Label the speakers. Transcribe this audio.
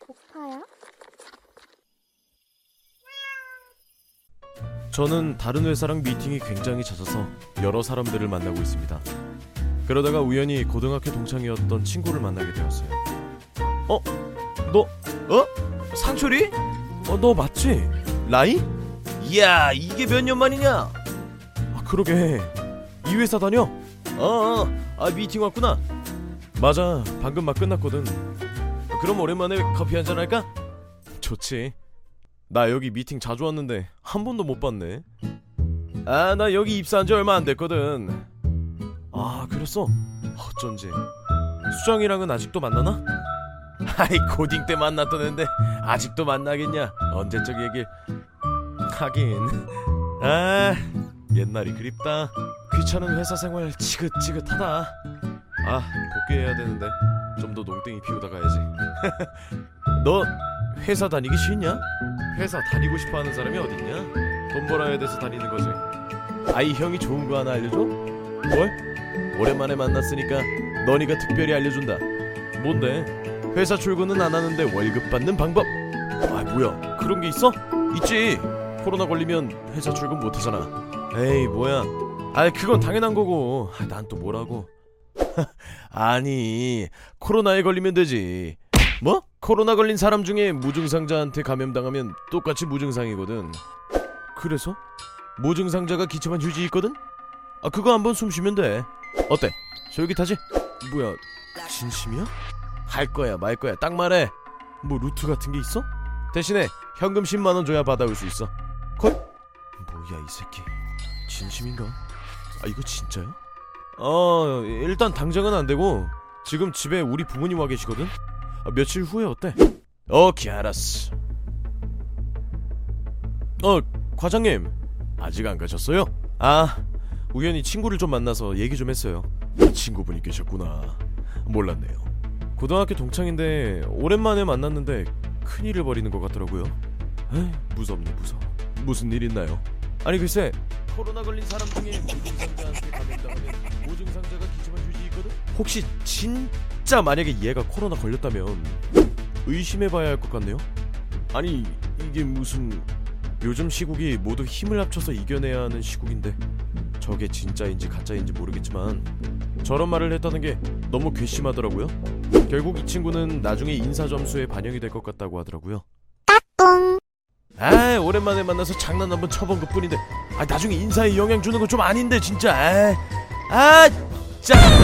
Speaker 1: 복파야?
Speaker 2: 저는 다른 회사랑 미팅이 굉장히 잦아서 여러 사람들을 만나고 있습니다. 그러다가 우연히 고등학교 동창이었던 친구를 만나게 되었어요. 어? 너? 어? 산초리? 어, 너 맞지? 라이?
Speaker 3: 이야 이게 몇 년 만이냐?
Speaker 2: 아, 그러게. 이 회사 다녀?
Speaker 3: 어아 미팅 왔구나.
Speaker 2: 맞아. 방금 막 끝났거든. 그럼 오랜만에 커피 한잔 할까? 좋지. 나 여기 미팅 자주 왔는데 한 번도 못 봤네. 아, 나 여기 입사한 지 얼마 안 됐거든. 아, 그랬어. 어쩐지. 수정이랑은 아직도 만나나?
Speaker 3: 아이 고딩 때 만났던 앤데 아직도 만나겠냐? 언제적 얘길
Speaker 2: 하긴. 아, 옛날이 그립다. 귀찮은 회사 생활 지긋지긋하다. 아, 복귀해야 되는데 좀 더 농땡이 피우다 가야지.
Speaker 3: 너 회사 다니기 싫냐?
Speaker 2: 회사 다니고 싶어 하는 사람이 어딨냐? 돈 벌어야 돼서 다니는 거지.
Speaker 3: 아이 형이 좋은 거 하나 알려줘?
Speaker 2: 뭘?
Speaker 3: 오랜만에 만났으니까 너니가 특별히 알려준다.
Speaker 2: 뭔데?
Speaker 3: 회사 출근은 안 하는데 월급 받는 방법.
Speaker 2: 아 뭐야? 그런 게 있어? 있지. 코로나 걸리면 회사 출근 못 하잖아. 에이 뭐야? 아 그건 당연한 거고. 아, 난 또 뭐라고? 아니 코로나에 걸리면 되지. 뭐? 코로나 걸린 사람 중에 무증상자한테 감염당하면 똑같이 무증상이거든. 그래서? 무증상자가 기침한 휴지 있거든? 아 그거 한번 숨 쉬면 돼. 어때? 솔깃하지? 뭐야? 진심이야? 할 거야 말 거야 딱 말해. 뭐 루트 같은 게 있어? 대신에 현금 10만 원 줘야 받아올 수 있어. 콜? 뭐야 이 새끼. 진심인가? 아 이거 진짜야? 어 일단 당장은 안 되고 지금 집에 우리 부모님 와 계시거든. 아, 며칠 후에 어때? 오케이 알았어. 어 과장님 아직 안 가셨어요? 아 우연히 친구를 좀 만나서 얘기 좀 했어요. 친구분이 계셨구나. 몰랐네요. 고등학교 동창인데 오랜만에 만났는데 큰 일을 벌이는 것 같더라고요. 에이, 무섭네 무서워. 무슨 일 있나요? 아니 글쎄 코로나 걸린 사람 중에 무증상자한테 감염당하면 무증상자가 기침한 휴지 있거든. 혹시 진짜 만약에 얘가 코로나 걸렸다면 의심해봐야 할 것 같네요. 아니 이게 무슨 요즘 시국이 모두 힘을 합쳐서 이겨내야 하는 시국인데 저게 진짜인지 가짜인지 모르겠지만 저런 말을 했다는 게 너무 괘씸하더라고요. 결국 이 친구는 나중에 인사 점수에 반영이 될 것 같다고 하더라고요.
Speaker 1: 똥!
Speaker 2: 아 오랜만에 만나서 장난 한번 쳐본 것 뿐인데 아 나중에 인사에 영향 주는 거 좀 아닌데 진짜 아, 아 짜.